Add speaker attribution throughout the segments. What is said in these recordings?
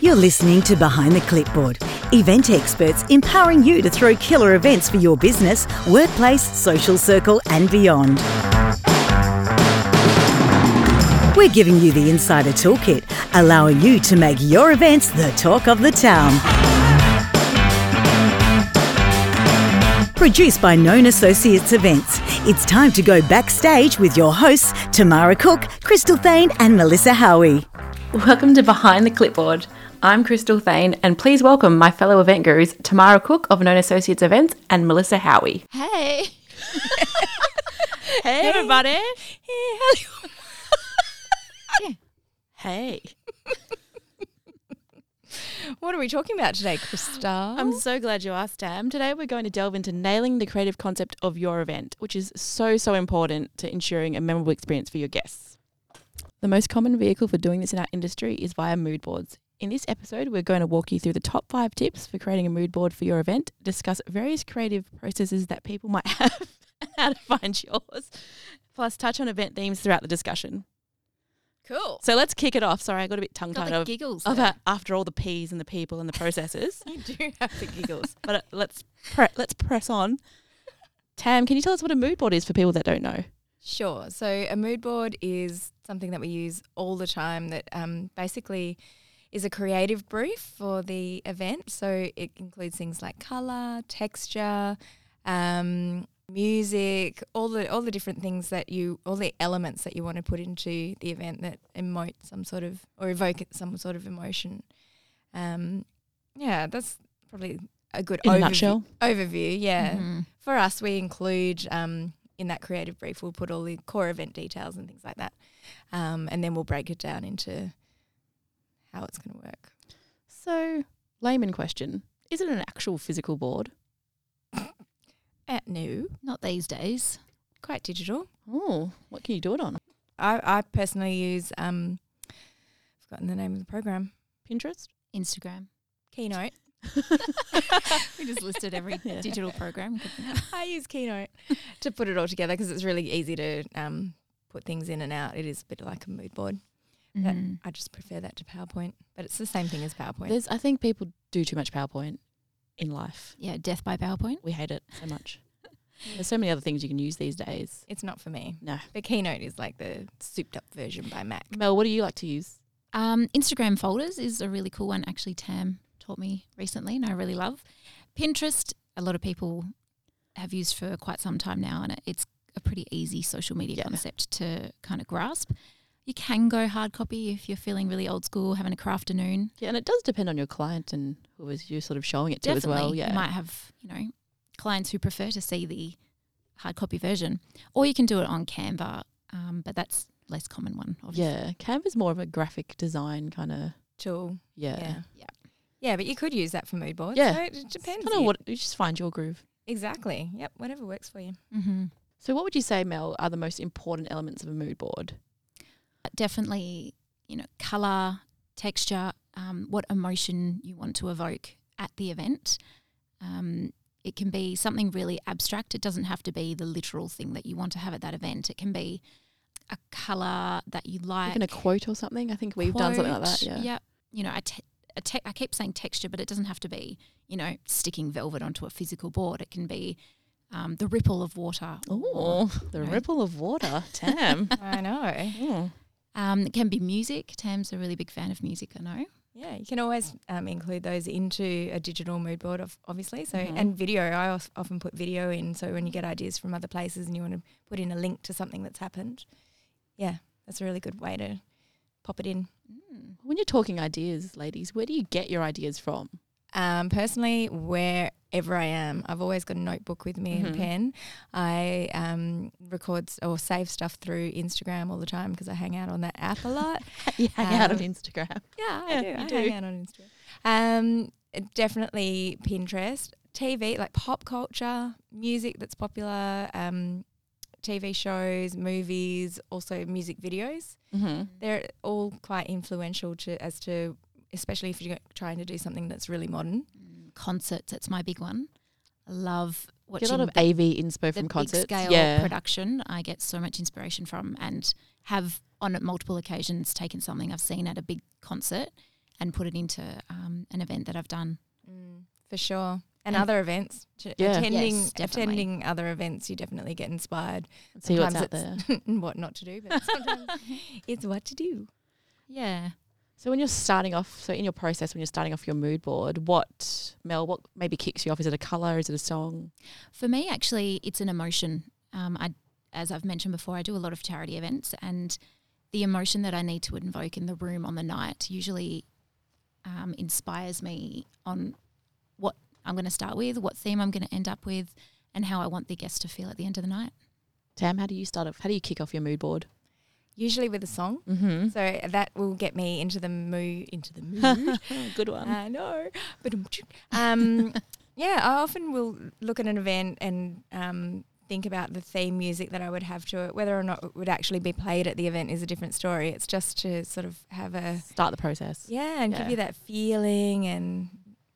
Speaker 1: You're listening to Behind the Clipboard, event experts empowering you to throw killer events for your business, workplace, social circle, and beyond. We're giving you the insider toolkit, allowing you to make your events the talk of the town. Produced by Known Associates Events, it's time to go backstage with your hosts, Tamara Cook, Crystal Thane, and Melissa Howie.
Speaker 2: Welcome to Behind the Clipboard. I'm Crystal Thane, and please welcome my fellow event gurus, Tamara Cook of Known Associates Events and Melissa Howie.
Speaker 3: Hey. hey. Everybody. Hey.
Speaker 4: Hey,
Speaker 3: What are we talking about today, Krista?
Speaker 4: I'm so glad you asked, Dam. Today we're going to delve into nailing the creative concept of your event, which is so, so important to ensuring a memorable experience for your guests. The most common vehicle for doing this in our industry is via mood boards. In this episode, we're going to walk you through the top five tips for creating a mood board for your event, discuss various creative processes that people might have, and how to find yours, plus touch on event themes throughout the discussion.
Speaker 3: cool.
Speaker 4: So let's kick it off. Sorry, I got a bit tongue
Speaker 3: Got
Speaker 4: tied
Speaker 3: the
Speaker 4: of,
Speaker 3: giggles.
Speaker 4: of
Speaker 3: there.
Speaker 4: uh, after all the P's and the people and the processes.
Speaker 3: you do have the giggles.
Speaker 4: but uh, let's pre- let's press on. Tam, can you tell us what a mood board is for people that don't know?
Speaker 3: Sure. So a mood board is something that we use all the time that um, basically is a creative brief for the event. So it includes things like color, texture, um, music, all the all the different things that you all the elements that you want to put into the event that emote some sort of or evoke some sort of emotion. Um, yeah, that's probably a good
Speaker 4: In a
Speaker 3: overview,
Speaker 4: nutshell.
Speaker 3: overview. Yeah
Speaker 2: Mm-hmm.
Speaker 3: for us, we include um, in that creative brief, we'll put all the core event details and things like that. Um, and then we'll break it down into how it's going to work.
Speaker 4: So, layman question: Is it an actual physical board?
Speaker 3: At new,
Speaker 5: Not these days.
Speaker 3: quite digital.
Speaker 4: Oh, what can you do it on?
Speaker 3: I, I personally use, um, forgotten the name of the program,
Speaker 4: Pinterest.
Speaker 5: Instagram.
Speaker 3: Keynote.
Speaker 5: We just listed every
Speaker 4: Yeah.
Speaker 5: digital program.
Speaker 3: I use Keynote to put it all together because it's really easy to um, put things in and out. It is a bit like a mood board. but
Speaker 5: Mhm.
Speaker 3: I just prefer that to PowerPoint, but it's the same thing as PowerPoint.
Speaker 4: There's, I think people do too much PowerPoint in life.
Speaker 5: Yeah, death by PowerPoint.
Speaker 4: We hate it so much. There's so many other things you can use these days.
Speaker 3: it's not for me.
Speaker 4: No,
Speaker 3: But Keynote is like the souped up version by Mac.
Speaker 4: Mel, what do you like to use?
Speaker 5: Um, Instagram folders is a really cool one. Actually, Tam taught me recently, and I really love. Pinterest. A lot of people have used for quite some time now, and it- it's a pretty easy social media
Speaker 4: Yeah.
Speaker 5: concept to kind of grasp. You can go hard copy if you're feeling really old school, having a craft afternoon.
Speaker 4: Yeah, and it does depend on your client and who is you sort of showing it to
Speaker 5: Definitely,
Speaker 4: as well. Yeah,
Speaker 5: you might have you know clients who prefer to see the hard copy version, or you can do it on Canva, um, but that's less common one. Obviously.
Speaker 4: yeah. Canva's more of a graphic design kind of.
Speaker 3: Tool.
Speaker 4: yeah.
Speaker 3: Yeah.
Speaker 5: Yeah.
Speaker 3: Yeah, but you could use that for mood boards.
Speaker 4: Yeah.
Speaker 3: So it it depends.
Speaker 4: Kind of what you just find your groove.
Speaker 3: exactly. Yep. Whatever works for you.
Speaker 5: Mm-hmm.
Speaker 4: So, what would you say, Mel, are the most important elements of a mood board?
Speaker 5: definitely you know color texture um, what emotion you want to evoke at the event um, it can be something really abstract it doesn't have to be the literal thing that you want to have at that event it can be a color that you like
Speaker 4: Even a quote or something? I think we've done something like that.
Speaker 5: quote.
Speaker 4: Yeah.
Speaker 5: Yep. you know a te- a te- I keep saying texture, but it doesn't have to be, you know, sticking velvet onto a physical board. It can be um, the ripple of water. or
Speaker 4: Oh, the
Speaker 5: Right.
Speaker 4: ripple of water. Tam.
Speaker 3: I know.
Speaker 4: Mm.
Speaker 5: Um, it can be music. Tam's a really big fan of music, I know.
Speaker 3: Yeah, you can always um, include those into a digital mood board, of, obviously. So,
Speaker 4: Mhm.
Speaker 3: and video, I of- often put video in. So when you get ideas from other places and you want to put in a link to something that's happened, yeah, that's a really good way to pop it in.
Speaker 4: Hmm. When you're talking ideas, ladies, where do you get your ideas from?
Speaker 3: Um, personally, wherever I am, I've always got a notebook with me and
Speaker 4: Mhm.
Speaker 3: pen. I um, record s- or save stuff through Instagram all the time because I hang out on that app a lot.
Speaker 4: you hang out on
Speaker 3: Um,
Speaker 4: Instagram.
Speaker 3: Yeah, I
Speaker 4: Yeah,
Speaker 3: do.
Speaker 4: you
Speaker 3: I
Speaker 4: do.
Speaker 3: hang out on Instagram. Um, definitely Pinterest, TV, like pop culture, music that's popular, um, TV shows, movies, also music videos.
Speaker 4: Mm-hmm.
Speaker 3: They're all quite influential to as to, especially if you're trying to do something that's really modern.
Speaker 5: Mm, concerts. That's my big one. I love watching
Speaker 4: Get a lot of
Speaker 5: the,
Speaker 4: AV inspo
Speaker 5: the
Speaker 4: from concerts.
Speaker 5: big scale
Speaker 4: yeah.
Speaker 5: production. I get so much inspiration from, and have on multiple occasions taken something I've seen at a big concert and put it into um, an event that I've done.
Speaker 3: Mm, for sure. And
Speaker 5: And-
Speaker 3: other events, Ch-
Speaker 4: Yeah.
Speaker 3: attending
Speaker 5: Yes, definitely.
Speaker 3: attending other events, you definitely get inspired
Speaker 4: See what's out
Speaker 3: Sometimes
Speaker 4: there.
Speaker 3: and what not to do, but sometimes it's what to do.
Speaker 5: Yeah.
Speaker 4: So when you're starting off, so in your process, when you're starting off your mood board, what Mel, what maybe kicks you off? Is it a color? Is it a song?
Speaker 5: For me, actually, it's an emotion. Um, I, as I've mentioned before, I do a lot of charity events, and the emotion that I need to invoke in the room on the night usually um, inspires me on what I'm going to start with, what theme I'm going to end up with, and how I want the guests to feel at the end of the night.
Speaker 4: Tam, how do you start off? How do you kick off your mood board?
Speaker 3: Usually with a song,
Speaker 4: Mm-hmm.
Speaker 3: so that will get me into the mood. Into the mood.
Speaker 4: Good one.
Speaker 3: I know, but um, yeah, I often will look at an event and um, think about the theme music that I would have to it. Whether or not it would actually be played at the event is a different story. It's just to sort of have a
Speaker 4: Start the process.
Speaker 3: Yeah, and give
Speaker 4: Yeah.
Speaker 3: you that feeling, and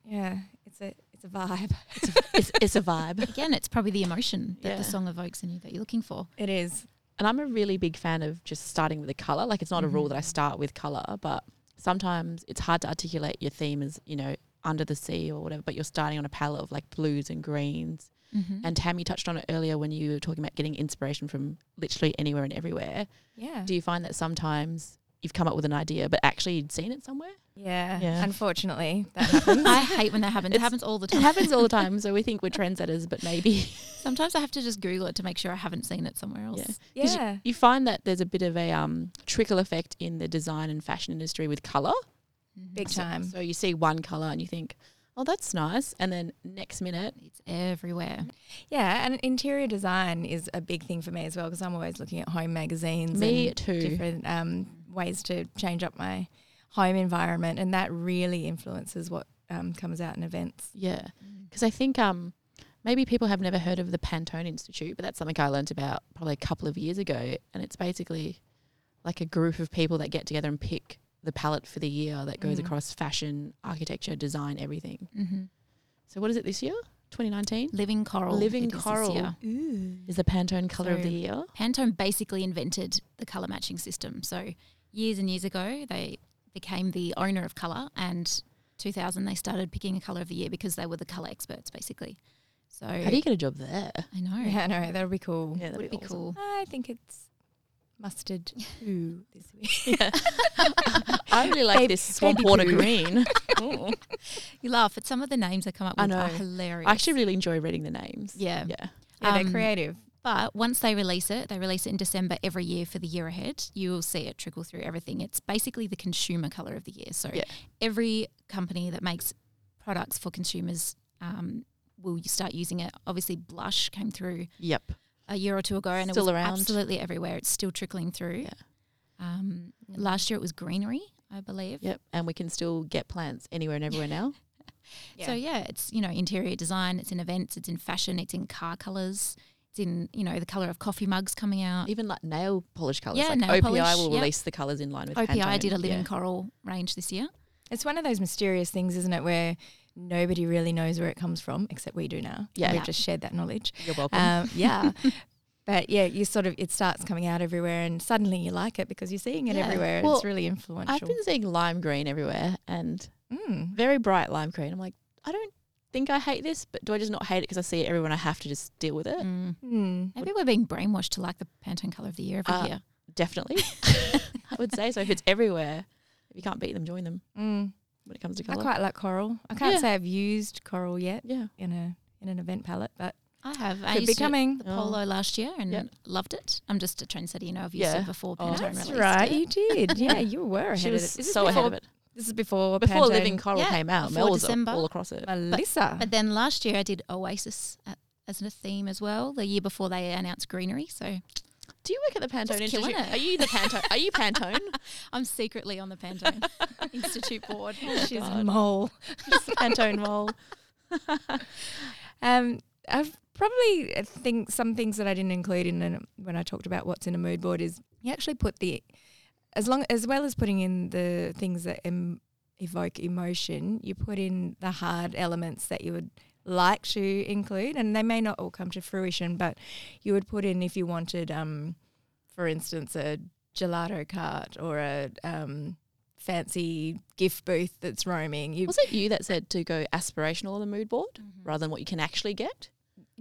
Speaker 3: yeah, it's a it's a vibe.
Speaker 4: it's, it's a vibe.
Speaker 5: Again, it's probably the emotion that
Speaker 4: Yeah.
Speaker 5: the song evokes in you that you're looking for.
Speaker 3: It is.
Speaker 4: And I'm a really big fan of just starting with a color. Like it's not a rule that I
Speaker 3: Mm-hmm.
Speaker 5: Mhm.
Speaker 4: start with color, but sometimes it's hard to articulate your theme as, you know, under the sea or whatever, but you're starting on a palette of like blues and greens.
Speaker 5: Mm-hmm.
Speaker 4: And Tam, you touched on it earlier when you were talking about getting inspiration from literally anywhere and everywhere.
Speaker 3: Yeah.
Speaker 4: Do you find that sometimes you've come up with an idea, but actually you'd seen it somewhere?
Speaker 3: yeah.
Speaker 4: Yeah.
Speaker 3: Unfortunately, that happens.
Speaker 5: I hate when that happens. It
Speaker 4: It's-
Speaker 5: happens all the
Speaker 4: It
Speaker 5: time.
Speaker 4: happens all the time. So we think we're trendsetters, but maybe
Speaker 5: Sometimes I have to just Google it to make sure I haven't seen it somewhere else.
Speaker 4: Yeah. Did
Speaker 3: yeah.
Speaker 4: you find that there's a bit of a um, trickle effect in the design and fashion industry with color.
Speaker 5: Mhm.
Speaker 3: Big
Speaker 4: So-
Speaker 3: time.
Speaker 4: So, you see one color and you think, oh, that's nice. And then next minute,
Speaker 5: It's everywhere.
Speaker 3: Yeah, and interior design is a big thing for me as well because I'm always looking at home magazines.
Speaker 4: me
Speaker 3: and
Speaker 4: too.
Speaker 3: Different um, ways to change up my home environment, and that really influences what um, comes out in events.
Speaker 4: Yeah. Because I think um, maybe people have never heard of the Pantone Institute, but that's something I learnt about probably a couple of years ago. And it's basically like a group of people that get together and pick the palette for the year that goes
Speaker 3: Mm.
Speaker 4: across fashion, architecture, design, everything.
Speaker 5: Mm-hmm.
Speaker 4: So what is it this year? 2019
Speaker 5: Living Coral.
Speaker 4: Living
Speaker 5: it is this
Speaker 4: Coral.
Speaker 5: year.
Speaker 3: Ooh.
Speaker 4: is the Pantone color of
Speaker 5: So-
Speaker 4: the year.
Speaker 5: Pantone basically invented the color matching system. So years and years ago, they became the owner of color, and 2000 they started picking a color of the year because they were the color experts, basically. So
Speaker 4: How do you get a job there?
Speaker 5: I know
Speaker 3: Yeah, no, that'll be cool.
Speaker 4: Hmm. Yeah,
Speaker 5: would be cool.
Speaker 3: I think it's mustard. Ooh, this week.
Speaker 4: I really like
Speaker 3: Baby-
Speaker 4: this swamp
Speaker 3: baby
Speaker 4: water
Speaker 3: poo.
Speaker 4: green. Ooh.
Speaker 5: You laugh at some of the names I come up
Speaker 4: I
Speaker 5: with are
Speaker 4: know.
Speaker 5: hilarious.
Speaker 4: I actually really enjoy reading the names.
Speaker 5: yeah.
Speaker 4: Yeah.
Speaker 3: Yeah, they're
Speaker 5: Um,
Speaker 3: creative.
Speaker 5: But once they release it, they release it in December every year for the year ahead. You will see it trickle through everything. It's basically the consumer color of the year. So
Speaker 4: Yeah.
Speaker 5: every company that makes products for consumers um, will start using it. Obviously, blush came through
Speaker 4: Yep.
Speaker 5: a year or two ago, and
Speaker 4: Still
Speaker 5: it was
Speaker 4: around.
Speaker 5: absolutely everywhere. It's still trickling through.
Speaker 4: Yeah.
Speaker 5: Um, last year it was greenery, I believe.
Speaker 4: Yep. And we can still get plants anywhere and everywhere now.
Speaker 5: So yeah, it's you know interior design. It's in events. It's in fashion. It's in car colors. It's in you know the color of coffee mugs coming out.
Speaker 4: Even like nail polish colors.
Speaker 5: Yeah,
Speaker 4: like
Speaker 5: nail
Speaker 4: OPI
Speaker 5: polish,
Speaker 4: will
Speaker 5: yeah.
Speaker 4: release the colors in line with
Speaker 5: OPI
Speaker 4: Pantone.
Speaker 5: did a living
Speaker 4: Yeah.
Speaker 5: coral range this year.
Speaker 3: It's one of those mysterious things, isn't it, where nobody really knows where it comes from, except we do now.
Speaker 4: Yeah.
Speaker 3: We've
Speaker 5: Yeah.
Speaker 3: just shared that knowledge.
Speaker 4: You're welcome.
Speaker 3: Um, yeah. But yeah, you sort of it starts coming out everywhere, and suddenly you like it because you're seeing it
Speaker 4: Yeah.
Speaker 3: everywhere. and
Speaker 4: Well,
Speaker 3: it's really
Speaker 4: I've
Speaker 3: influential.
Speaker 4: been seeing lime green everywhere and
Speaker 3: mm.
Speaker 4: very bright lime green. I'm like, I don't think I hate this, but do I just not hate it because I see it everywhere and I have to just deal with it?
Speaker 5: Mm.
Speaker 3: Mm.
Speaker 5: Maybe we're being brainwashed to like the Pantone color of the year every
Speaker 4: Uh,
Speaker 5: year.
Speaker 4: Definitely. I would say so. If it's everywhere, if you can't beat them, join them
Speaker 3: Mm.
Speaker 4: when it comes to
Speaker 3: I
Speaker 4: color.
Speaker 3: quite like coral. I can't
Speaker 4: Yeah.
Speaker 3: say I've used coral yet
Speaker 4: yeah.
Speaker 3: in a in an event palette, but
Speaker 5: I have. I
Speaker 3: could
Speaker 5: used
Speaker 3: be
Speaker 5: to
Speaker 3: coming.
Speaker 5: the polo last year and
Speaker 4: Oh. Yep. loved
Speaker 5: loved it. I'm just a trendsetter, you know. I've used
Speaker 4: used it Yeah.
Speaker 5: it before
Speaker 4: Oh,
Speaker 5: Pantone
Speaker 4: Pantone
Speaker 3: That's
Speaker 4: released
Speaker 3: right, you did. Yeah, you were ahead
Speaker 4: She
Speaker 3: of it.
Speaker 4: was
Speaker 3: This is
Speaker 4: so ahead
Speaker 3: before-
Speaker 4: of it.
Speaker 3: This is before
Speaker 4: Before
Speaker 3: Pantone.
Speaker 4: Living Coral
Speaker 5: Yeah,
Speaker 4: came out,
Speaker 5: before
Speaker 4: Mel was
Speaker 5: December.
Speaker 4: all across it.
Speaker 3: Melissa.
Speaker 5: But then last year I did Oasis at, as a theme as well. The year before they announced greenery, so
Speaker 4: Do you work at the Pantone
Speaker 5: Just killing
Speaker 4: Institute?
Speaker 5: it.
Speaker 4: Are you the Pantone? Are you Pantone?
Speaker 5: I'm secretly on the Pantone Institute board.
Speaker 4: Oh,
Speaker 3: She's a mole.
Speaker 4: Pantone mole.
Speaker 3: Um, I've probably I think some things that I didn't include in an, when I talked about what's in a mood board is you actually put the as long as well as putting in the things that em, evoke emotion, you put in the hard elements that you would like to include, and they may not all come to fruition, but you would put in if you wanted, um, for instance, a gelato cart or a um, fancy gift booth that's roaming. You
Speaker 4: Was it you that said to go aspirational on the mood board rather than what you can actually get?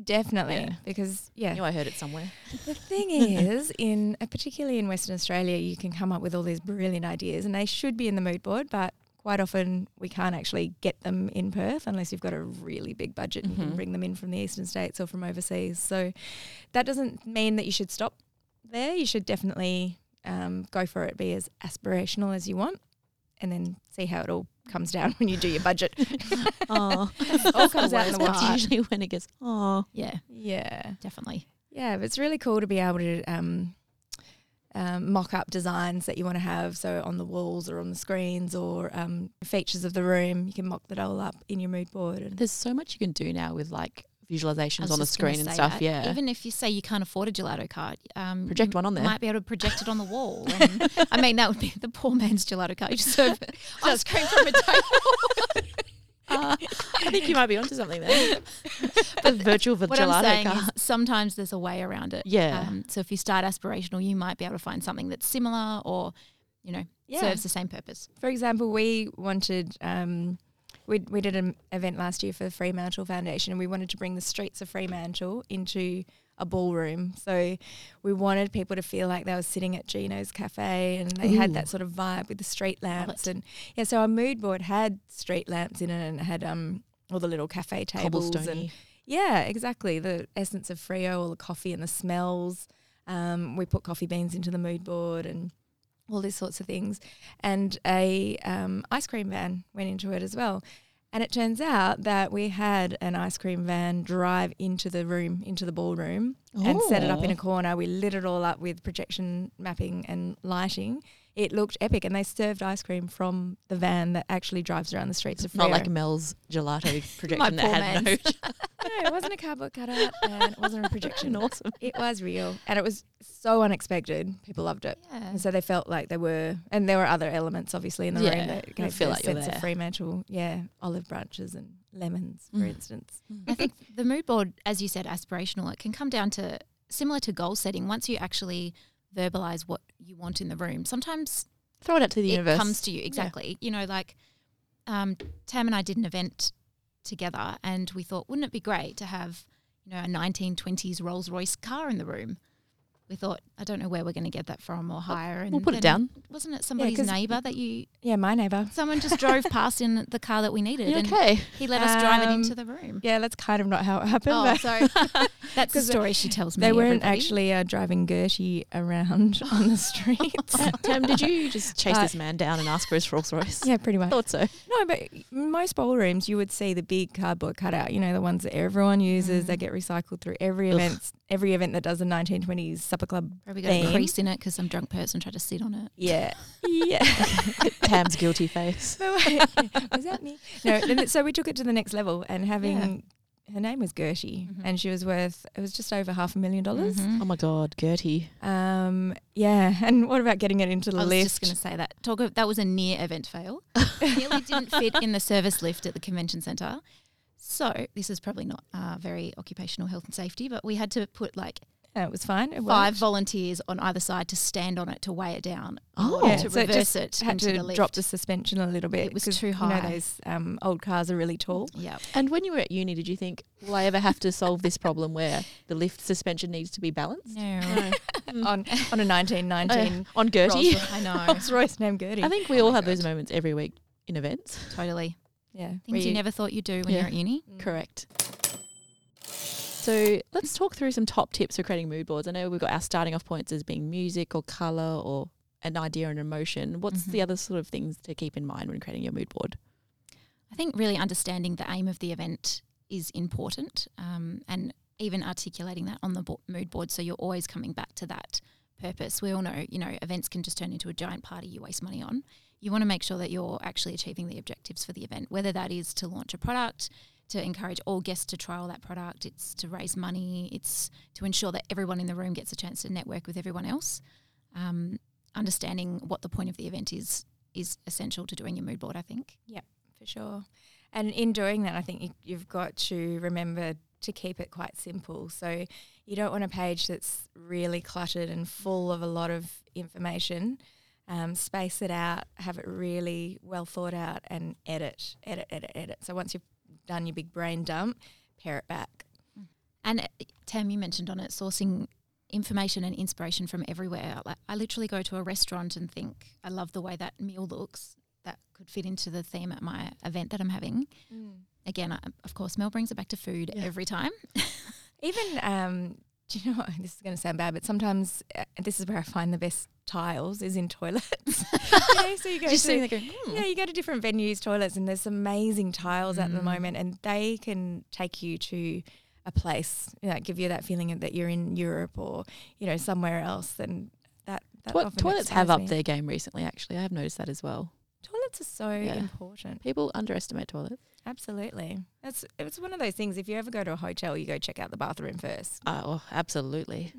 Speaker 3: definitely
Speaker 4: Yeah.
Speaker 3: because
Speaker 4: I
Speaker 3: yeah,
Speaker 4: knew I heard it somewhere.
Speaker 3: The thing is, in uh, particularly in Western Australia, you can come up with all these brilliant ideas, and they should be in the mood board, but quite often we can't actually get them in Perth unless you've got a really big budget and you
Speaker 4: Mhm.
Speaker 3: can bring them in from the eastern states or from overseas. So that doesn't mean that you should stop there. You should definitely um, go for it, be as aspirational as you want, and then see how it all comes down when you do your budget.
Speaker 4: Oh,
Speaker 3: all comes out in the
Speaker 5: That's
Speaker 3: wash.
Speaker 4: usually when it gets oh.
Speaker 5: Yeah,
Speaker 3: Yeah.
Speaker 5: definitely.
Speaker 3: Yeah, but it's really cool to be able to um, um, mock up designs that you want to have. So on the walls or on the screens or um, features of the room, you can mock that all up in your mood board. And
Speaker 4: There's so much you can do now with like
Speaker 5: I
Speaker 4: visualizations
Speaker 5: was
Speaker 4: on the
Speaker 5: just gonna
Speaker 4: screen and
Speaker 5: say
Speaker 4: stuff.
Speaker 5: that.
Speaker 4: Yeah,
Speaker 5: Even if you say you can't afford a gelato cart, um,
Speaker 4: project one on
Speaker 5: you
Speaker 4: there.
Speaker 5: might be able to project it on the wall. And, I mean, that would be the poor man's gelato cart. You just serve ice cream from a table.
Speaker 4: Uh, I think you might be onto something there. the virtual
Speaker 5: what I'm
Speaker 4: gelato
Speaker 5: saying
Speaker 4: cart.
Speaker 5: is sometimes there's a way around it.
Speaker 4: Yeah.
Speaker 5: Um, so if you start aspirational, you might be able to find something that's similar or, you know,
Speaker 3: Yeah.
Speaker 5: serves the same purpose.
Speaker 3: for example, we wanted um, we we did an event last year for the Fremantle Foundation, and we wanted to bring the streets of Fremantle into a ballroom. So we wanted people to feel like they were sitting at Gino's Cafe, and they had that sort of vibe with the street lamps. And yeah, so our mood board had street lamps in it, and it had um all the little cafe tables and
Speaker 4: Cobblestone.
Speaker 3: yeah, exactly. The essence of Frio, all the coffee and the smells. Um, we put coffee beans into the mood board and all these sorts of things. And a um, ice cream van went into it as well. And it turns out that we had an ice cream van drive into the room, into the ballroom, and set it up in a corner. We lit it all up with projection mapping and lighting. It looked epic, and they served ice cream from the van that actually drives around the streets of Frio.
Speaker 4: Not like Mel's gelato projection that
Speaker 5: poor
Speaker 4: had no.
Speaker 5: man's.
Speaker 3: no, it wasn't a cardboard cutout, and it wasn't a projection.
Speaker 4: awesome.
Speaker 3: It was real, and it was so unexpected. People loved it,
Speaker 5: Yeah.
Speaker 3: and so they felt like they were. And there were other elements, obviously, in the
Speaker 4: Yeah,
Speaker 3: room that
Speaker 4: you
Speaker 3: gave
Speaker 4: feel
Speaker 3: feel
Speaker 4: like
Speaker 3: like
Speaker 4: you're
Speaker 3: sense
Speaker 4: there.
Speaker 3: of Fremantle. Yeah, olive branches and lemons, for
Speaker 4: Mm.
Speaker 3: instance.
Speaker 5: I think the mood board, as you said, aspirational, it can come down to similar to goal setting. Once you actually verbalize what you want in the room, sometimes
Speaker 4: Throw it out to the
Speaker 5: it
Speaker 4: universe.
Speaker 5: comes to you. Exactly. You know, like um, Tam and I did an event together and we thought, wouldn't it be great to have, you know, a 1920s Rolls Royce car in the room? We thought, I don't know where we're going to get that from or hire. And
Speaker 4: We'll put it
Speaker 5: then-
Speaker 4: down.
Speaker 5: Wasn't it somebody's
Speaker 3: 'cause-
Speaker 5: neighbour that you,
Speaker 3: Yeah, my neighbour.
Speaker 5: someone just drove past in the car that we needed
Speaker 4: You
Speaker 5: and
Speaker 4: okay.
Speaker 5: he let us drive it
Speaker 3: Um,
Speaker 5: into the room?
Speaker 3: Yeah, that's kind of not how it happened.
Speaker 5: Oh,
Speaker 3: but
Speaker 5: sorry. That's the
Speaker 3: 'Cause they-
Speaker 5: story she tells me.
Speaker 3: they weren't
Speaker 5: everybody.
Speaker 3: actually uh, driving Gertie around on the streets.
Speaker 4: Tam, did you just chase
Speaker 3: Uh,
Speaker 4: this man down and ask for his Rolls Royce?
Speaker 3: yeah, pretty much.
Speaker 4: Thought so.
Speaker 3: No, but most ballrooms you would see the big cardboard cutout. You know the ones that everyone uses.
Speaker 5: Mm.
Speaker 3: They get recycled through every
Speaker 4: Ugh.
Speaker 3: event. Every event that does a 1920s supper club.
Speaker 5: Probably got a
Speaker 3: thing.
Speaker 5: crease in it because some drunk person tried to sit on it.
Speaker 3: Yeah, yeah.
Speaker 4: Tam's guilty face.
Speaker 3: Was that me? No. and so we took it to the next level, and having her name was Gertie,
Speaker 5: Mhm.
Speaker 3: and she was worth it was just over half a million dollars.
Speaker 5: Mhm.
Speaker 4: Oh my god, Gertie.
Speaker 3: Um, yeah. And what about getting it into the
Speaker 5: Mm-hmm. I was
Speaker 3: list?
Speaker 5: just going to say that. Talk of, that was a near event fail. Nearly didn't fit in the service lift at the convention centre. So this is probably not uh, very occupational health and safety, but we had to put like
Speaker 3: Uh, it was fine. It
Speaker 5: five
Speaker 3: worked.
Speaker 5: volunteers on either side to stand on it to weigh it down. in
Speaker 4: Oh.
Speaker 5: order
Speaker 4: Yeah,
Speaker 5: to
Speaker 3: so it
Speaker 5: reverse
Speaker 3: just
Speaker 5: it,
Speaker 3: had
Speaker 5: into
Speaker 3: to
Speaker 5: the lift.
Speaker 3: drop the suspension a little bit.
Speaker 5: It was
Speaker 3: 'cause
Speaker 5: too
Speaker 3: You
Speaker 5: high.
Speaker 3: know those um, old cars are really tall.
Speaker 5: yeah,
Speaker 4: And when you were at uni, did you think, will I ever have to solve this problem where the lift suspension needs to be balanced?
Speaker 5: no,
Speaker 3: on on a nineteen nineteen
Speaker 4: on Gertie.
Speaker 5: I know,
Speaker 3: Oh, Rolls Royce named Gertie.
Speaker 4: I think we all have those moments every week in events.
Speaker 5: totally.
Speaker 3: yeah,
Speaker 5: Things you
Speaker 3: we-
Speaker 5: never thought you'd do when
Speaker 4: Yeah.
Speaker 5: you're at uni.
Speaker 4: Correct. So let's talk through some top tips for creating mood boards. I know we've got our starting off points as being music or color or an idea and emotion. What's the other sort of things to keep in mind when creating your mood board?
Speaker 5: I think really understanding the aim of the event is important um, and even articulating that on the bo- mood board so you're always coming back to that purpose. We all know, you know, events can just turn into a giant party you waste money on. You want to make sure that you're actually achieving the objectives for the event, whether that is to launch a product, to encourage all guests to trial that product, it's to raise money, it's to ensure that everyone in the room gets a chance to network with everyone else. Um, understanding what the point of the event is is essential to doing your mood board, I think.
Speaker 3: for sure. And in doing that, I think you, you've got to remember to keep it quite simple. So you don't want a page that's really cluttered and full of a lot of information. um, space it out, have it really well thought out, and edit, edit, edit, edit. So once you've done your big brain dump, pare it back.
Speaker 5: And uh, Tam, you mentioned on it sourcing information and inspiration from everywhere. Like I literally go to a restaurant and think, I love the way that meal looks. That could fit into the theme at my event that I'm having.
Speaker 3: Mm.
Speaker 5: Again, I, of course, Mel brings it back to food every time.
Speaker 3: Even, um, do you know what? This is going to sound bad, but sometimes uh, this is where I find the best tiles is in toilets. you know, so you go
Speaker 5: Just
Speaker 3: to-
Speaker 5: sitting there going, "Hmm."
Speaker 3: Yeah, you go to different venues' toilets, and there's amazing tiles at
Speaker 4: Hmm.
Speaker 3: the moment, and they can take you to a place, you know, give you that feeling that you're in Europe or you know somewhere else. And that, that
Speaker 4: What
Speaker 3: often
Speaker 4: toilets have
Speaker 3: inspires
Speaker 4: up
Speaker 3: me.
Speaker 4: their game recently, actually. I have noticed that as well.
Speaker 3: Toilets are so
Speaker 4: Yeah.
Speaker 3: important.
Speaker 4: People underestimate toilets.
Speaker 3: Absolutely, that's it's one of those things. If you ever go to a hotel, you go check out the bathroom first.
Speaker 4: Oh, absolutely.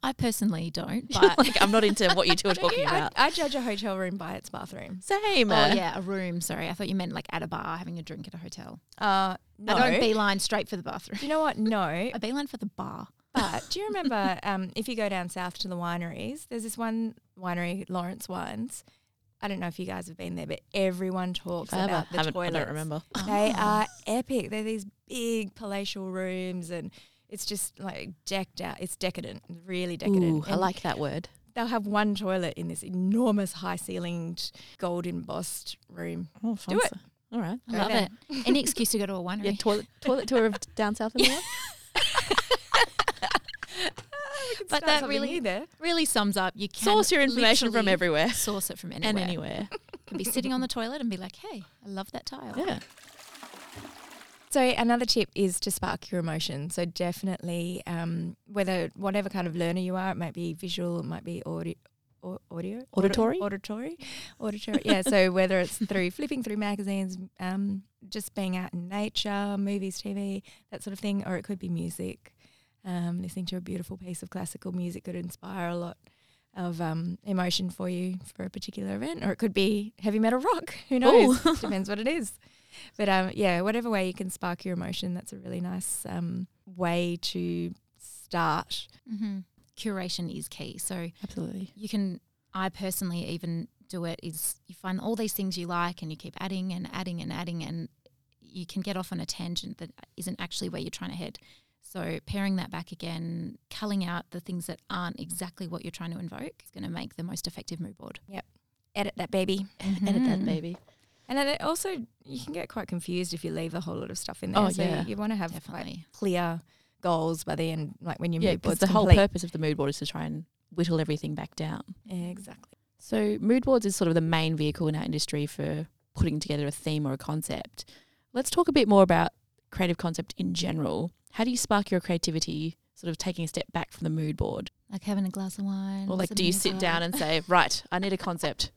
Speaker 5: I personally don't,
Speaker 4: But
Speaker 5: but
Speaker 4: like, I'm not into what you two are
Speaker 3: Don't
Speaker 4: talking
Speaker 3: you? I-
Speaker 4: about.
Speaker 3: I judge a hotel room by its bathroom.
Speaker 4: Same.
Speaker 5: oh yeah, a room. Sorry, I thought you meant like at a bar having a drink at a hotel.
Speaker 3: Uh, no.
Speaker 5: I don't beeline straight for the bathroom.
Speaker 3: Do you know what? No,
Speaker 5: I beeline for the bar.
Speaker 3: But do you remember um, if you go down south to the wineries, there's this one winery, Lawrence Wines. I don't know if you guys have been there, but everyone talks
Speaker 4: I,
Speaker 3: about
Speaker 4: haven't,
Speaker 3: the
Speaker 4: haven't- I
Speaker 3: toilets.
Speaker 4: don't remember.
Speaker 3: They are epic. They're these big palatial rooms, and it's just like decked out. It's decadent, really decadent.
Speaker 4: Ooh, I
Speaker 3: And
Speaker 4: like that word.
Speaker 3: They'll have one toilet in this enormous, high-ceilinged, gold embossed room.
Speaker 4: Oh,
Speaker 3: Do it.
Speaker 4: All right.
Speaker 5: I
Speaker 3: Go
Speaker 5: love
Speaker 3: there.
Speaker 5: it. Any excuse to go to a winery.
Speaker 4: Yeah, toilet toilet tour of down south in the world.
Speaker 5: But
Speaker 3: Start
Speaker 5: that
Speaker 3: something
Speaker 5: really-
Speaker 3: new there.
Speaker 5: really sums up. You can
Speaker 4: Source your information from
Speaker 5: literally
Speaker 4: everywhere
Speaker 5: Source it from anywhere.
Speaker 4: and anywhere.
Speaker 5: Could be sitting on the toilet and be like, "Hey, I love that tile."
Speaker 4: Yeah.
Speaker 3: So another tip is to spark your emotion. So definitely, um, whether whatever kind of learner you are, it might be visual, it might be audio. au- Audio,
Speaker 4: Auditory?
Speaker 3: Audi- auditory, auditory. Yeah. So whether it's through flipping through magazines, um, just being out in nature, movies, TV, that sort of thing, or it could be music. Um, listening to a beautiful piece of classical music could inspire a lot of um, emotion for you for a particular event, or it could be heavy metal rock. Who knows? Depends what it is. But um, yeah, whatever way you can spark your emotion, that's a really nice um, way to start.
Speaker 5: hmm Curation is key. So
Speaker 4: Absolutely.
Speaker 5: you can. I personally even do it. Is you find all these things you like and you keep adding and adding and adding, and you can get off on a tangent that isn't actually where you're trying to head. So pairing that back again, culling out the things that aren't exactly what you're trying to invoke, is going to make the most effective mood board.
Speaker 3: Edit that baby.
Speaker 4: Edit that,
Speaker 5: Mhm.
Speaker 3: Mm-hmm.
Speaker 4: baby.
Speaker 3: And then it also, you can get quite confused if you leave a whole lot of stuff in there.
Speaker 4: Oh,
Speaker 3: so
Speaker 4: yeah.
Speaker 3: you want to have quite
Speaker 5: Definitely.
Speaker 3: clear goals by the end, like when your
Speaker 4: Yeah,
Speaker 3: mood
Speaker 4: because
Speaker 3: board's
Speaker 4: the whole
Speaker 3: complete.
Speaker 4: purpose of the mood board is to try and whittle everything back down.
Speaker 3: Exactly.
Speaker 4: So mood boards is sort of the main vehicle in our industry for putting together a theme or a concept. Let's talk a bit more about creative concept in general. How do you spark your creativity? Sort of taking a step back from the mood board,
Speaker 5: Like having a glass of wine.
Speaker 4: or like, do you sit down and say, "Right, I need a concept,"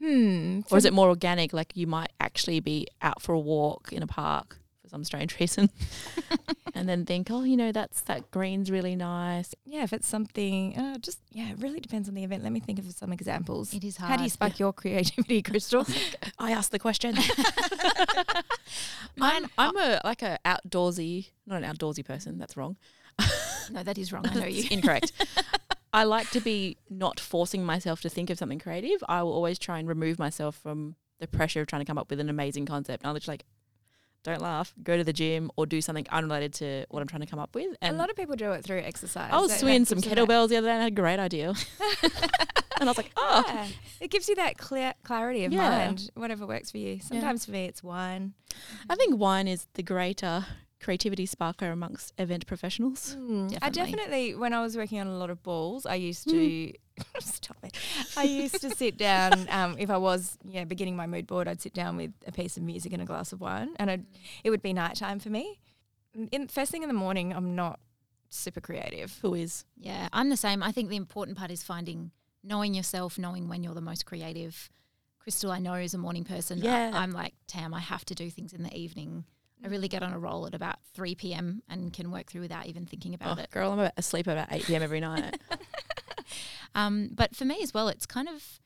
Speaker 3: Hmm.
Speaker 4: or is it more organic? Like you might actually be out for a walk in a park for some strange reason, and then think, "Oh, you know, that's that green's really nice."
Speaker 3: yeah, if it's something, uh, just, yeah, it really depends on the event. Let me think of some examples.
Speaker 5: It is hard.
Speaker 3: How do you spark your creativity, Crystal?
Speaker 4: I asked the question. Mine, I'm a like a outdoorsy, not an outdoorsy person. That's wrong.
Speaker 5: No, that is wrong. I know you.
Speaker 4: It's incorrect. I like to be not forcing myself to think of something creative. I will always try and remove myself from the pressure of trying to come up with an amazing concept. I'll just like, don't laugh, go to the gym or do something unrelated to what I'm trying to come up with.
Speaker 3: a
Speaker 4: And
Speaker 3: lot of people do it through exercise.
Speaker 4: I was
Speaker 3: That- that
Speaker 4: swinging some
Speaker 3: gives them that-
Speaker 4: kettlebells the other day and I had a great idea. and I was like, oh,
Speaker 3: Yeah. It gives you that clear clarity of
Speaker 4: Yeah.
Speaker 3: mind, whatever works for you. Sometimes for me, it's wine.
Speaker 4: I think wine is the greater creativity sparker amongst event professionals.
Speaker 3: Hmm, I
Speaker 5: Definitely.
Speaker 3: definitely, Hmm. when I was working on a lot of balls, I used to stop it. I used to sit down. Um, if I was, yeah, beginning my mood board, I'd sit down with a piece of music and a glass of wine, and I'd, it would be nighttime for me. In first thing in the morning, I'm not super creative.
Speaker 4: Who is?
Speaker 5: Yeah, I'm the same. I think the important part is finding, knowing yourself, knowing when you're the most creative. Crystal, I know, is a morning person.
Speaker 4: Yeah.
Speaker 5: I, am like, Tam, I have to do things in the evening. I really get on a roll at about 3 p.m. and can work through without even thinking about it.
Speaker 4: Oh, girl, I'm about asleep at about 8 p.m. every night.
Speaker 5: Um, but for me as well, it's kind of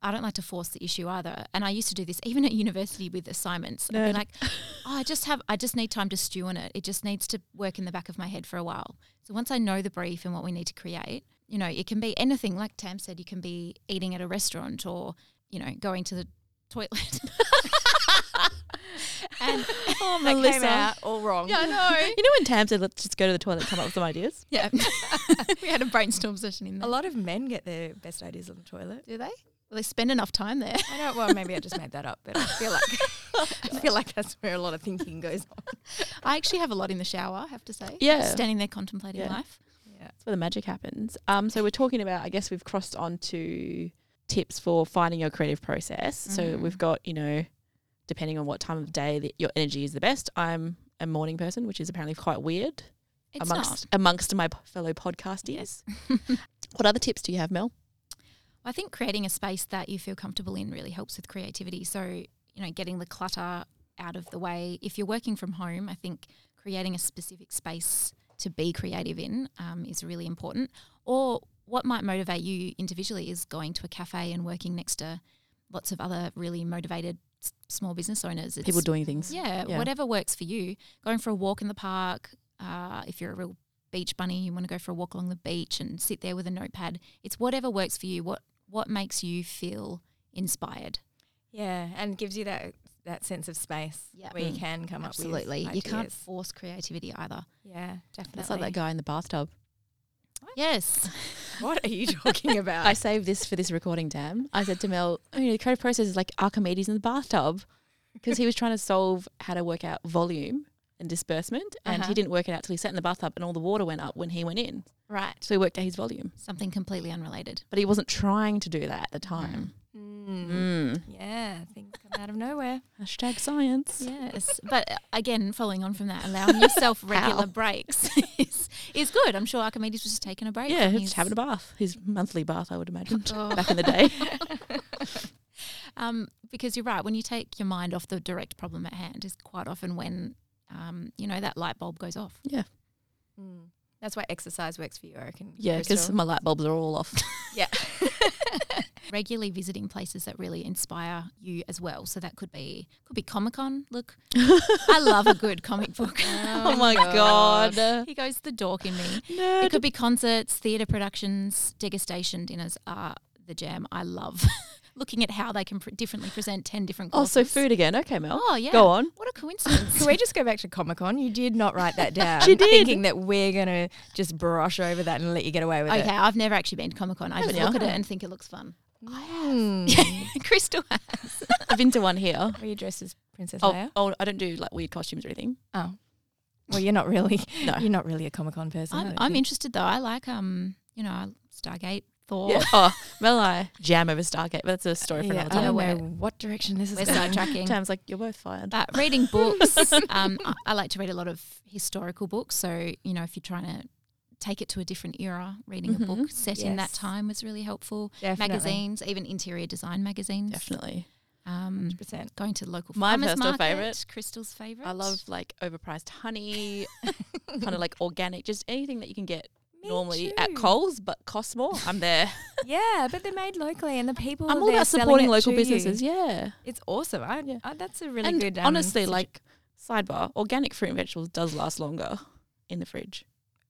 Speaker 5: I don't like to force the issue either. And I used to do this even at university with assignments. I'd be
Speaker 4: Nerd.
Speaker 5: like, oh, I just have I just need time to stew on it. It just needs to work in the back of my head for a while. So once I know the brief and what we need to create, you know, it can be anything. Like Tam said, you can be eating at a restaurant or, you know, going to the toilet. and
Speaker 4: Oh,
Speaker 3: That came out all wrong.
Speaker 5: yeah, I know.
Speaker 4: You know when Tam said, let's just go to the toilet and come up with some ideas?
Speaker 5: Yeah. we had a brainstorm session in
Speaker 3: A
Speaker 5: there.
Speaker 3: lot of men get their best ideas on the toilet.
Speaker 5: Do they? Well, they spend enough time there.
Speaker 3: I don't. Well, maybe I just made that up, but I feel like I feel like that's where a lot of thinking goes on.
Speaker 5: I actually have a lot in the shower, I have to say.
Speaker 4: Yeah.
Speaker 5: Standing there contemplating
Speaker 4: Yeah.
Speaker 5: life.
Speaker 3: Yeah.
Speaker 4: That's where the magic happens. Um, so we're talking about, I guess we've crossed on to tips for finding your creative process. So
Speaker 5: Mhm.
Speaker 4: we've got, you know, depending on what time of day that your energy is the best. I'm a morning person, which is apparently quite weird
Speaker 5: It's
Speaker 4: amongst amongst my p- fellow podcasters.
Speaker 5: not.
Speaker 4: What other tips do you have, Mel?
Speaker 5: I think creating a space that you feel comfortable in really helps with creativity. So, you know, getting the clutter out of the way. If you're working from home, I think creating a specific space to be creative in um, is really important. Or what might motivate you individually is going to a cafe and working next to lots of other really motivated s- small business owners. It's-
Speaker 4: People doing things.
Speaker 5: yeah,
Speaker 4: Yeah.
Speaker 5: whatever works for you. Going for a walk in the park. Uh, if you're a real beach bunny, you want to go for a walk along the beach and sit there with a notepad. It's whatever works for you. What what makes you feel inspired?
Speaker 3: Yeah, and gives you that that sense of space
Speaker 5: Yeah.
Speaker 3: where you
Speaker 4: Mm.
Speaker 3: can come
Speaker 5: Absolutely,
Speaker 3: up with
Speaker 5: you can't
Speaker 3: ideas.
Speaker 5: force creativity either.
Speaker 3: Yeah, definitely.
Speaker 4: That's like that guy in the bathtub.
Speaker 5: Yes,
Speaker 3: What are you talking about?
Speaker 4: I saved this for this recording, Tam. I said to Mel, "Oh, you know, the creative process is like Archimedes in the bathtub because he was trying to solve how to work out volume and disbursement. And
Speaker 5: Uh-huh.
Speaker 4: he didn't work it out till he sat in the bathtub and all the water went up when he went in.
Speaker 3: right.
Speaker 4: So he worked out his volume.
Speaker 5: something completely unrelated. Um,
Speaker 4: But he wasn't trying to do that at the time.
Speaker 3: Mm.
Speaker 4: Mm.
Speaker 3: Yeah, things come out of nowhere.
Speaker 4: Hashtag science.
Speaker 5: Yes, but uh, again, following on from that, allowing yourself regular breaks is, is good. I'm sure Archimedes was just taking a break.
Speaker 4: Yeah,
Speaker 5: from
Speaker 4: he's
Speaker 5: his-
Speaker 4: just having a bath. His monthly bath, I would imagine,
Speaker 5: Oh.
Speaker 4: back in the day.
Speaker 5: um, because you're right. When you take your mind off the direct problem at hand, is quite often when um, you know that light bulb goes off.
Speaker 4: Yeah,
Speaker 3: Mm. That's why exercise works for you, I reckon.
Speaker 4: yeah, because
Speaker 3: Crystal.
Speaker 4: my light bulbs are all off.
Speaker 3: yeah.
Speaker 5: Regularly visiting places that really inspire you as well. So that could be could be Comic Con. Look, I love a good comic book.
Speaker 4: oh my god,
Speaker 5: He goes the dork in me.
Speaker 4: nerd.
Speaker 5: It could be concerts, theatre productions, degustation dinners are the jam. I love looking at how they can pr- differently present ten different.
Speaker 4: oh,
Speaker 5: Courses.
Speaker 4: so food again. Okay, Mel.
Speaker 5: Oh yeah.
Speaker 4: Go on.
Speaker 5: What a coincidence.
Speaker 3: Can we just go back to Comic Con? You did not write that down.
Speaker 4: She did.
Speaker 3: Thinking that we're going to just brush over that and let you get away with
Speaker 5: Okay,
Speaker 3: it.
Speaker 5: I've never actually been to Comic Con. I just
Speaker 4: Haven't you?
Speaker 5: look at it and think it looks fun.
Speaker 3: Mm.
Speaker 5: Crystal
Speaker 4: I've been to Oh, one here.
Speaker 3: Were you dressed as Princess
Speaker 4: Oh,
Speaker 3: Leia?
Speaker 4: oh, I don't do like weird costumes or anything.
Speaker 3: Oh. Well, you're not really.
Speaker 4: No.
Speaker 3: You're not really a Comic Con person. I
Speaker 5: I'm,
Speaker 3: don't
Speaker 5: I'm
Speaker 3: think.
Speaker 5: interested though. I like um, you know, Stargate, Thor.
Speaker 4: Yeah. oh, Mel and I jam over Stargate, but that's a story for
Speaker 3: Yeah,
Speaker 4: another
Speaker 3: I
Speaker 4: time.
Speaker 3: don't
Speaker 5: Yeah,
Speaker 3: know what direction this is
Speaker 5: We're
Speaker 3: going.
Speaker 5: sidetracking.
Speaker 4: Tam's like, you're both fired.
Speaker 5: But reading books, um, I, I like to read a lot of historical books. So you know, if you're trying to take it to a different era, reading a book
Speaker 4: Mhm.
Speaker 5: set in that
Speaker 3: Mm-hmm. Yes.
Speaker 5: time was really helpful.
Speaker 3: Definitely.
Speaker 5: Magazines, even interior design magazines.
Speaker 4: Definitely.
Speaker 5: Um,
Speaker 3: 100%.
Speaker 5: going to local
Speaker 4: My
Speaker 5: farmers
Speaker 4: personal
Speaker 5: market,
Speaker 4: favourite.
Speaker 5: Crystal's favorite.
Speaker 4: I love like overpriced honey, kind of like organic, just anything that you can get
Speaker 3: Me
Speaker 4: normally
Speaker 3: too.
Speaker 4: at Coles but costs more. I'm there.
Speaker 3: Yeah, but they're made locally, and the people.
Speaker 4: I'm all
Speaker 3: there
Speaker 4: about
Speaker 3: selling
Speaker 4: supporting
Speaker 3: it
Speaker 4: local
Speaker 3: to
Speaker 4: businesses.
Speaker 3: You.
Speaker 4: Yeah.
Speaker 3: It's awesome. I,
Speaker 4: Yeah.
Speaker 3: I- that's a really
Speaker 4: and
Speaker 3: good. Um,
Speaker 4: honestly,
Speaker 3: sugge-
Speaker 4: like sidebar, organic fruit and vegetables does last longer in the fridge.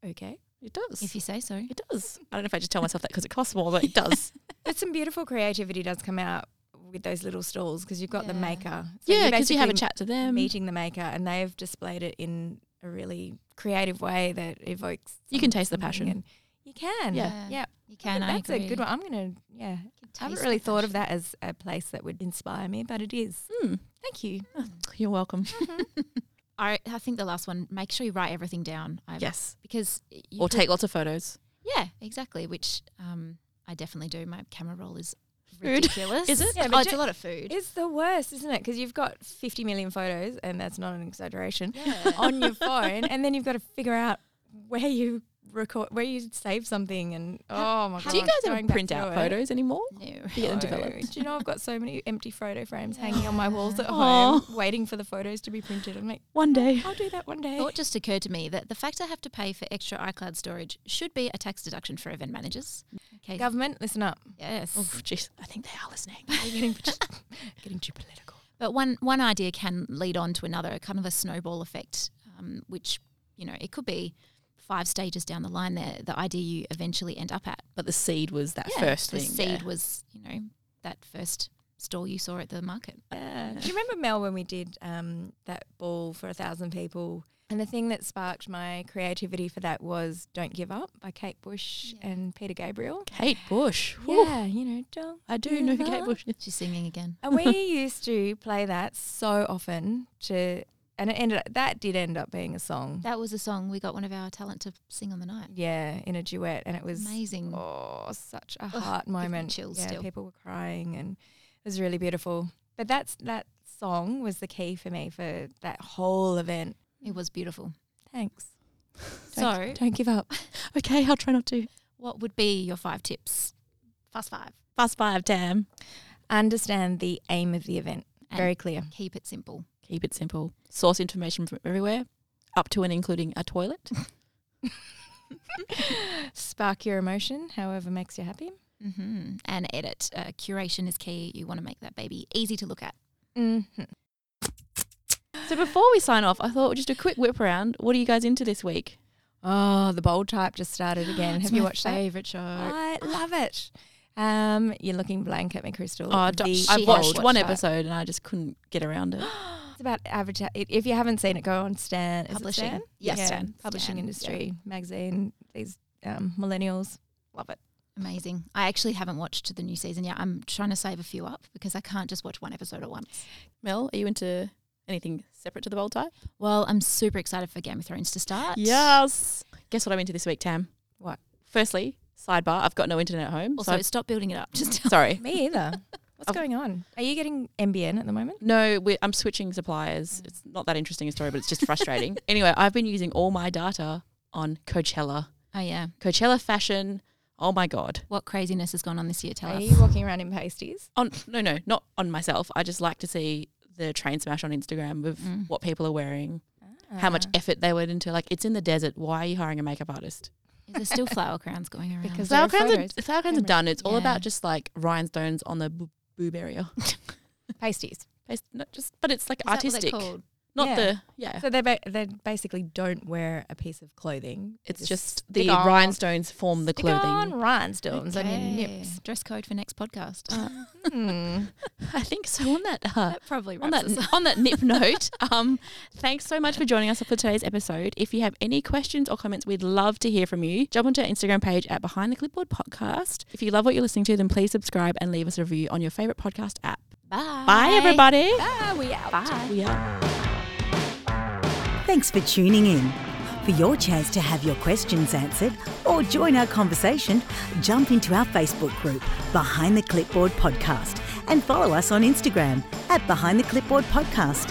Speaker 3: okay,
Speaker 4: It does.
Speaker 5: If you say so.
Speaker 4: it does. I don't know if I just tell myself that because it costs more, but it does.
Speaker 3: but some beautiful creativity does come out with those little stalls because you've got the
Speaker 5: Yeah.
Speaker 3: maker. So
Speaker 4: yeah,
Speaker 3: you're
Speaker 4: because you have a
Speaker 3: basically
Speaker 4: chat to them.
Speaker 3: meeting the maker, and they've displayed it in a really creative way that evokes.
Speaker 4: You
Speaker 3: some-
Speaker 4: can taste the
Speaker 3: something
Speaker 4: passion.
Speaker 3: and You can.
Speaker 4: Yeah.
Speaker 3: Yeah.
Speaker 5: You
Speaker 3: I
Speaker 5: can.
Speaker 3: think
Speaker 5: I
Speaker 3: that's a
Speaker 5: agree.
Speaker 3: good one. I'm gonna. Yeah. I haven't
Speaker 5: Taste
Speaker 3: really
Speaker 5: the
Speaker 3: thought of
Speaker 5: passion.
Speaker 3: that as a place that would inspire me, but it is.
Speaker 4: Hmm.
Speaker 3: Thank you.
Speaker 4: You're welcome.
Speaker 5: I, I think the last one. Make sure you write everything down. I,
Speaker 4: Yes.
Speaker 5: because y- you
Speaker 4: Or
Speaker 5: could-
Speaker 4: take lots of photos.
Speaker 5: Yeah, exactly. Which um, I definitely do. My camera roll is
Speaker 4: Food.
Speaker 5: ridiculous.
Speaker 4: Is it?
Speaker 3: Yeah,
Speaker 5: oh,
Speaker 3: but
Speaker 5: it's
Speaker 3: ju-
Speaker 5: a lot of food.
Speaker 3: It's the worst, isn't it? Because you've got 50 million photos, and that's not an exaggeration,
Speaker 5: Yeah.
Speaker 3: on your phone, and then you've got to figure out where you record, where you save something, and oh my god!
Speaker 4: Do you guys ever
Speaker 3: going back
Speaker 4: print out
Speaker 3: through it.
Speaker 4: photos anymore? To
Speaker 5: No.
Speaker 4: get them
Speaker 3: No.
Speaker 4: developed.
Speaker 3: Do you know I've got so many empty photo frames hanging on my walls at
Speaker 4: Aw.
Speaker 3: home, waiting for the photos to be printed. I'm like,
Speaker 4: One day.
Speaker 3: I'll do that one day.
Speaker 5: Thought just occurred to me that the fact I have to pay for extra iCloud storage should be a tax deduction for event managers.
Speaker 4: Mm-hmm.
Speaker 5: Okay.
Speaker 3: Government, listen up.
Speaker 5: yes.
Speaker 4: Oh, jeez. I think they are listening.
Speaker 3: We're getting getting too political.
Speaker 5: But one one idea can lead on to another, kind of a snowball effect, um, which you know it could be five stages down the line there, the idea you eventually end up at.
Speaker 4: But the seed was that
Speaker 5: Yeah,
Speaker 4: first
Speaker 5: the
Speaker 4: thing.
Speaker 5: seed
Speaker 4: yeah.
Speaker 5: was, you know, that first stall you saw at the market.
Speaker 3: Do you remember Mel when we did um, that ball for a thousand people? And the thing that sparked my creativity for that was "Don't Give Up" by Kate Bush
Speaker 5: Yeah.
Speaker 3: and Peter Gabriel.
Speaker 4: Kate Bush. Whew.
Speaker 3: Yeah, you know, don't.
Speaker 4: I do know who
Speaker 3: Give
Speaker 4: Kate
Speaker 3: up.
Speaker 4: Bush is.
Speaker 5: She's singing again.
Speaker 3: And we used to play that so often to, and it ended up, that did end up being a song.
Speaker 5: That was a song we got one of our talent to sing on the night.
Speaker 3: yeah, in a duet, and it was
Speaker 5: Amazing.
Speaker 3: Oh, such a
Speaker 5: me
Speaker 3: heart moment.
Speaker 5: chills
Speaker 3: yeah,
Speaker 5: still.
Speaker 3: people were crying, and it was really beautiful. But that's that song was the key for me for that whole event.
Speaker 5: It was beautiful.
Speaker 3: Thanks.
Speaker 5: So,
Speaker 3: don't give up.
Speaker 4: Okay, I'll try not to.
Speaker 5: what would be your five tips? Fast five.
Speaker 4: Fast five, damn.
Speaker 3: Understand the aim of the event.
Speaker 5: And
Speaker 3: Very clear.
Speaker 5: Keep it simple.
Speaker 4: Keep it simple. Source information from everywhere, up to and including a toilet.
Speaker 3: Spark your emotion, however makes you happy.
Speaker 5: hmm And edit. Uh, curation is key. You want to make that baby easy to look at.
Speaker 3: hmm
Speaker 4: so before we sign off, I thought we'll just do a quick whip around. What are you guys into this week?
Speaker 3: Oh, the bold type just started again. Have you watched that?
Speaker 4: Favorite show.
Speaker 3: I love it. Um, you're looking blank at me, Crystal.
Speaker 4: Oh, I
Speaker 3: The-
Speaker 4: don't-
Speaker 5: she
Speaker 4: I've watched
Speaker 5: has
Speaker 3: watched
Speaker 4: one
Speaker 3: that.
Speaker 4: episode and I just couldn't get around it.
Speaker 3: It's about advertising. If you haven't seen it, go on Stan. Is it
Speaker 5: Publishing.
Speaker 3: Stan?
Speaker 5: Yes,
Speaker 3: Yeah,
Speaker 5: Stan.
Speaker 3: Publishing
Speaker 5: Stan,
Speaker 3: industry, magazine, these um, millennials. Love it.
Speaker 5: Amazing. I actually haven't watched the new season yet. I'm trying to save a few up because I can't just watch one episode at once.
Speaker 4: Mel, are you into anything separate to the bold type?
Speaker 5: Well, I'm super excited for Game of Thrones to start.
Speaker 4: Yes. Guess what I'm into this week, Tam?
Speaker 3: What?
Speaker 4: Firstly, sidebar, I've got no internet at home.
Speaker 5: Also,
Speaker 4: so
Speaker 5: stop building it up. Just
Speaker 4: I- sorry.
Speaker 3: Me either. What's
Speaker 4: I've-
Speaker 3: going on? Are you getting MBN at the moment?
Speaker 4: No, we I'm switching suppliers. It's not that interesting a story, but it's just frustrating. anyway, I've been using all my data on Coachella.
Speaker 5: oh yeah,
Speaker 4: Coachella fashion. Oh my god.
Speaker 5: what craziness has gone on this year? Tell
Speaker 3: Are
Speaker 5: us.
Speaker 3: you walking around in pasties?
Speaker 4: On no, no, not on myself. I just like to see the train smash on Instagram of
Speaker 5: Mm.
Speaker 4: what people are wearing, how much
Speaker 3: Ah.
Speaker 4: effort they went into. Like it's in the desert. Why are you hiring a makeup artist?
Speaker 5: Is there still flower crowns going around?
Speaker 3: Because- there
Speaker 4: Flower
Speaker 3: are
Speaker 4: crowns
Speaker 3: photos
Speaker 4: are flower crowns are
Speaker 3: everywhere.
Speaker 4: done. It's all
Speaker 5: Yeah.
Speaker 4: about just like rhinestones on the boob, boob area.
Speaker 3: pasties.
Speaker 4: Based- not just, but it's like
Speaker 5: Is that what they're
Speaker 4: artistic,
Speaker 5: called?
Speaker 4: not
Speaker 3: Yeah.
Speaker 4: the yeah.
Speaker 3: So they ba- they basically don't wear a piece of clothing. They
Speaker 4: It's just
Speaker 3: stick
Speaker 4: the
Speaker 3: on-
Speaker 4: rhinestones form the
Speaker 3: stick on
Speaker 4: clothing.
Speaker 3: rhinestones on your
Speaker 5: Okay.
Speaker 3: nips.
Speaker 5: Dress code for next podcast.
Speaker 3: Hmm.
Speaker 4: I think so. On that uh,
Speaker 5: Oh, that probably
Speaker 4: on
Speaker 5: wraps
Speaker 4: that
Speaker 5: us up.
Speaker 4: on that nip note, um, thanks so much for joining us for today's episode. If you have any questions or comments, we'd love to hear from you. Jump onto our Instagram page at Behind the Clipboard Podcast. If you love what you're listening to, then please subscribe and leave us a review on your favorite podcast app.
Speaker 5: Bye.
Speaker 4: Bye, everybody.
Speaker 3: ah, we out.
Speaker 4: We out.
Speaker 1: Thanks for tuning in. For your chance to have your questions answered or join our conversation, jump into our Facebook group, Behind the Clipboard Podcast, and follow us on Instagram at Behind the Clipboard Podcast.